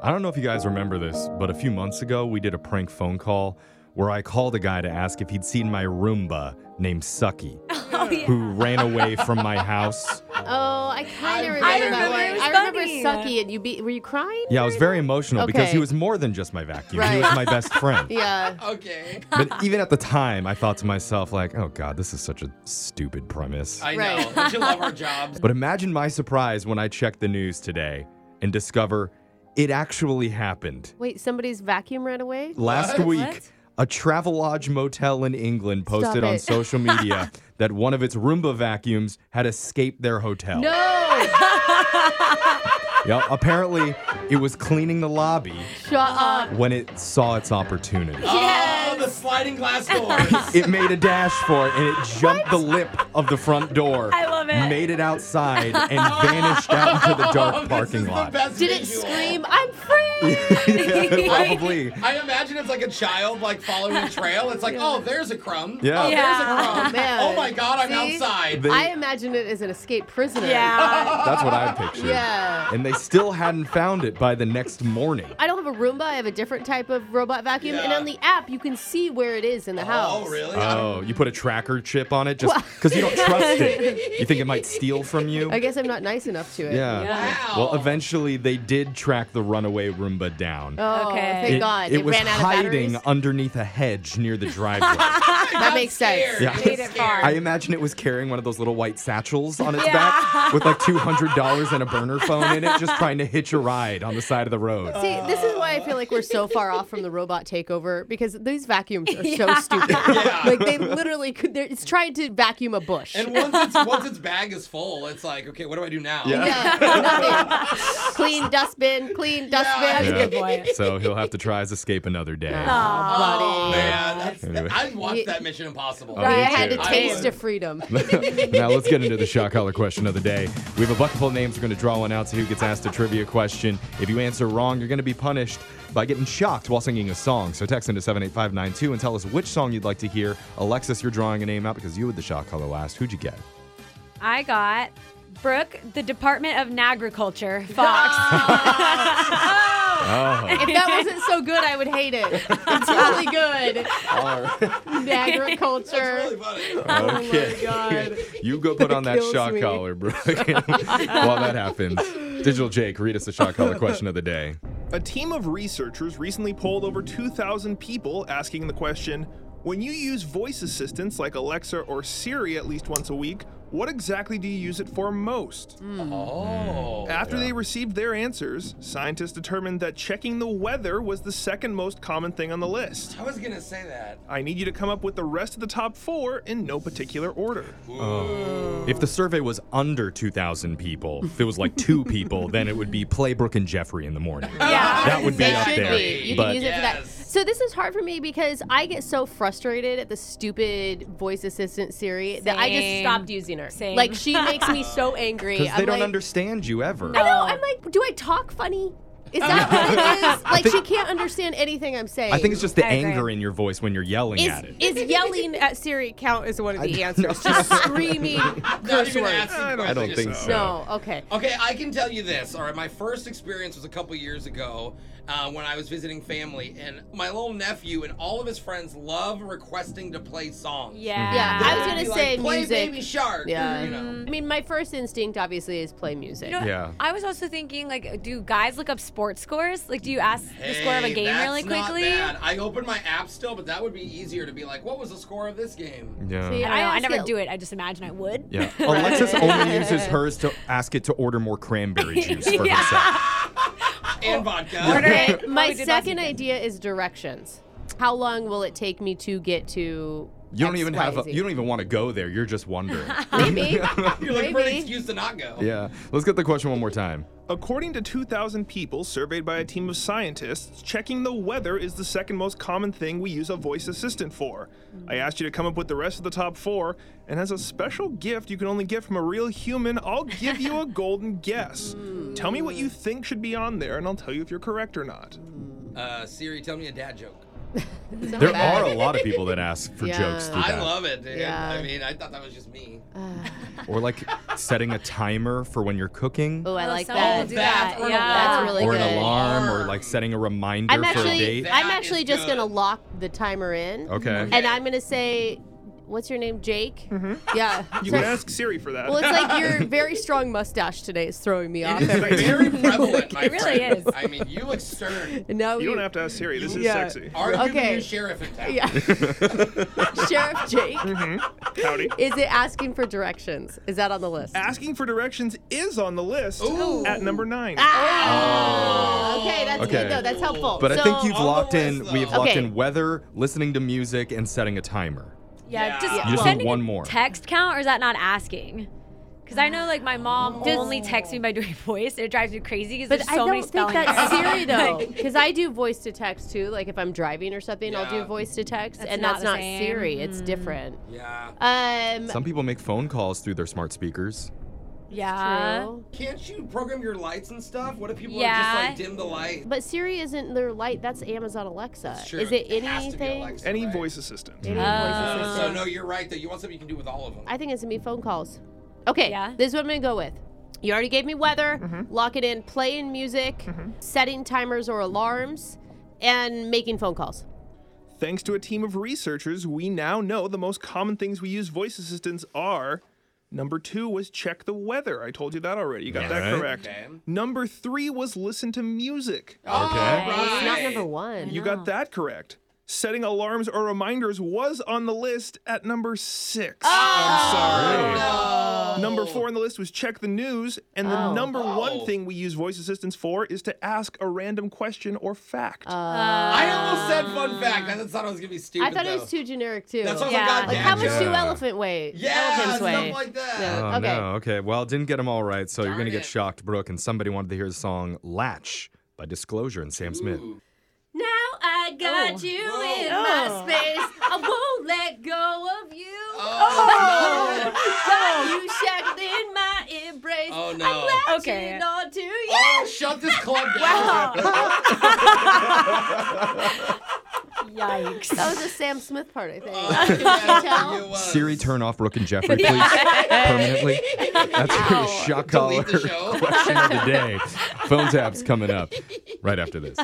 I don't know if you guys remember this, but a few months ago we did a prank phone call where I called a guy to ask if he'd seen my Roomba named Sucky, Oh, yeah. who ran away from my house. Oh, I kind of remember I that remember one. it was I remember funny. Sucky and you be were you crying? Yeah, I was very emotional because he Okay. was more than just my vacuum. He was Right. my best friend. Yeah. Okay. But even at the time, I thought to myself, like, oh God, this is such a stupid premise. I Right. know. Don't you love our jobs? But imagine my surprise when I check the news today and discover it actually happened. Wait, somebody's vacuum ran away? Last What? week, What? a Travelodge motel in England posted on it. social media that one of its Roomba vacuums had escaped their hotel. No! Yep, apparently, it was cleaning the lobby Shut up. when it saw its opportunity. Oh, the sliding glass doors. It made a dash for it and it jumped the lip of the front door. I love it. Made it outside and vanished out into the Oh, dark this parking is the lot. best Did it visual. scream, I'm free? Yeah, probably. I imagine it's like a child like following a trail. It's like, oh, there's a crumb. Yeah. Oh, Yeah. there's a crumb. Man. Oh my God, I'm See? outside. They- I imagine it as an escaped prisoner. Yeah. That's what I pictured. Yeah. And they still hadn't found it by the next morning. I don't have a Roomba. I have a different type of robot vacuum. And Yeah. on the app, you can see where it is in the house. Oh, really? I don't- Oh, you put a tracker chip on it just because you don't trust it. You think it might steal from you? I guess I'm not nice enough to it. Yeah. Wow. Well, eventually they did track the runaway Roomba down. Oh, Okay. thank it, God. it was ran out of hiding batteries. underneath a hedge near the driveway. that makes sense. scared. Yeah. Made it far. I imagine it was carrying one of those little white satchels on its Yeah. back with like $200 and a burner phone in it, just trying to hitch a ride on the side of the road. See, this is why I feel like we're so far off from the robot takeover because these vacuums are so stupid. Yeah. Like they literally could. they're- It's trying to vacuum a bush. And once its once its bag is full, it's like, okay, what do I do now? Yeah. yeah, nothing. clean dustbin, clean dustbin. Yeah. Good boy. So he'll have to try his escape another day. Aw, buddy. Oh, Man, that's, Anyway. I'd watch Ye- that Mission Impossible. me I Right. had a too. I taste would. of freedom. now let's get into the shot collar question of the day. We have a bucket full of names. We're going to draw one out. See who gets asked a trivia question. If you answer wrong, you're going to be punished by getting shocked while singing a song. So text into 78592 and tell us which song you'd like to hear. Alexis, you're drawing a name out because you had the shot collar last. Who'd you get? I got Brooke, the Department of Agriculture, Fox. Oh. If that wasn't so good, I would hate it. It's really good. Agriculture. Really funny. Oh Okay. you go put on that kills shock me. collar, Brooke, while that happens. Digital Jake, read us the shock collar question of the day. A team of researchers recently polled over 2,000 people asking the question When you use voice assistants like Alexa or Siri at least once a week, what exactly do you use it for most? Oh. After they received their answers, scientists determined that checking the weather was the second most common thing on the list. I was gonna say that. I need you to come up with the rest of the top four in no particular order. If the survey was under 2,000 people, if it was like two people, then it would be play Brooke and Jeffrey in the morning. Yeah. That would be They up should there. be. You but can use it for that. Yes. So this is hard for me because I get so frustrated at the stupid voice assistant Siri that I just Same. stopped using her. Same. Like she makes me so angry. because I'm they don't like, understand you ever. I know. I'm like, do I talk funny? Is that what it is? Like she can't understand anything I'm saying. I think it's just the I agree. anger in your voice when you're yelling is, at it. is yelling at Siri count as one of the answers? Just screaming Not curse even words. asking don't I don't questions. think so. No. Okay. Okay, I can tell you this. All right, my first experience was a couple years ago uh, when I was visiting family, and my little nephew and all of his friends love requesting to play songs. yeah. Yeah, I was They'll gonna be say like, play music. Baby Shark. or, Yeah. you know. Mm. I mean, my first instinct obviously is play music. You know, Yeah. I was also thinking, like, do guys look up sports scores? Like, do you ask the score of a Hey, game that's really not quickly? bad. I open my app still, but that would be easier to be like, what was the score of this game? Yeah. See, I don't know. I always never get- do it. I just imagine I would. Yeah. Alexis only uses hers to ask it to order more cranberry juice for Yeah. herself. And vodka. Okay, Order it. my Probably did last second idea is directions. How long will it take me to get to? You don't even have a, XYZ? you don't even want to go there. You're just wondering. Maybe. You're looking for an Maybe. excuse to not go. yeah. Let's get the question one more time. According to 2,000 people surveyed by a team of scientists, checking the weather is the second most common thing we use a voice assistant for. I asked you to come up with the rest of the top four, and as a special gift you can only get from a real human, I'll give you a golden guess. Tell me what you think should be on there, and I'll tell you if you're correct or not. Uh, Siri, tell me a dad joke. So There bad. are a lot of people that ask for Oh Yeah. jokes through I that. love it, dude. Yeah. I mean, I thought that was just me. Or like setting a timer for when you're cooking. Oh, I Oh, like someone will that. do That's that. really Yeah. That's good. really or good. an alarm or like setting a reminder I'm for a actually date. That I'm actually is just good. gonna lock the timer in. Okay. And I'm gonna say, what's your name, Jake? Yeah. You So- can ask Siri for that. well, it's like your very strong mustache today is throwing me off. It's every- very prevalent. My It really friend. is. I mean, you look stern. no, you don't have to ask Siri. This is Yeah. sexy. Arguably Okay. okay. sheriff in town. Yeah. Sheriff Jake, Howdy. is it asking for directions? Is that on the list? Asking for directions is on the list Ooh. at number nine. Ah! Oh. Okay, that's Okay. good though. That's helpful. But I think So- you've On the locked in. list, We've though. locked Okay. in weather, listening to music, and setting a timer. Yeah, Yeah. just, You just need sending one a more. Text count, or is that not asking? Because I know, like, my mom only texts me by doing voice, and it drives me crazy because But there's so I many don't think spelling that's errors. Siri though, because I do voice to text too. Like if I'm driving or something, I'll Yeah. do voice to text, That's and not the that's not same. Mm. Siri. It's different. Yeah. Um, Some people make phone calls through their smart speakers. yeah. true. Can't you program your lights and stuff? What if people are Yeah. just like dim the light? But Siri isn't their light. That's Amazon Alexa. It's true. Is it It has to be anything? Oh. Alexa, Any right? voice assistant. Any voice Uh, Oh. assistant? so no, you're right. Though you want something you can do with all of them. I think it's gonna be phone calls. Okay, Yeah. this is what I'm gonna go with. You already gave me weather, lock it in, playing music, setting timers or alarms, and making phone calls. Thanks to a team of researchers, we now know the most common things we use voice assistants are. Number two was check the weather. I told you that already. You got that Alright. correct. Okay. Ah. Number three was listen to music. All Okay. It's not right. number one. You got that correct. Setting alarms or reminders was on the list at number six. Oh! Oh, I'm sorry. Number four on the list was check the news. And the number Oh. one thing we use voice assistants for is to ask a random question or fact. I almost said fun fact. I just thought it was gonna be stupid. I thought though. it was too generic too. That's what Yeah. I was like, God Like damn how much it. do Yeah. elephants weigh? Yeah, elephants weigh. stuff like that. Yeah. Oh Okay. no. Okay. Well, didn't get them all right, so you're Darn gonna get it. shocked, Brooke. And somebody wanted to hear the song "Latch" by Disclosure and Sam Smith. Ooh. Now I got Oh. you Whoa. in Oh. my space. I won't let go of you. Oh, no. Got you shackled in my embrace. Oh, no. I'm Okay. okay. on to you. Oh, shut this club down. Yikes. That was a Sam Smith part, I think. Oh, Can you yeah, tell? you was. Siri, turn off Brooke and Jeffrey, please, permanently. That's for your shock collar Delete the show. question of the day. Phone taps coming up right after this.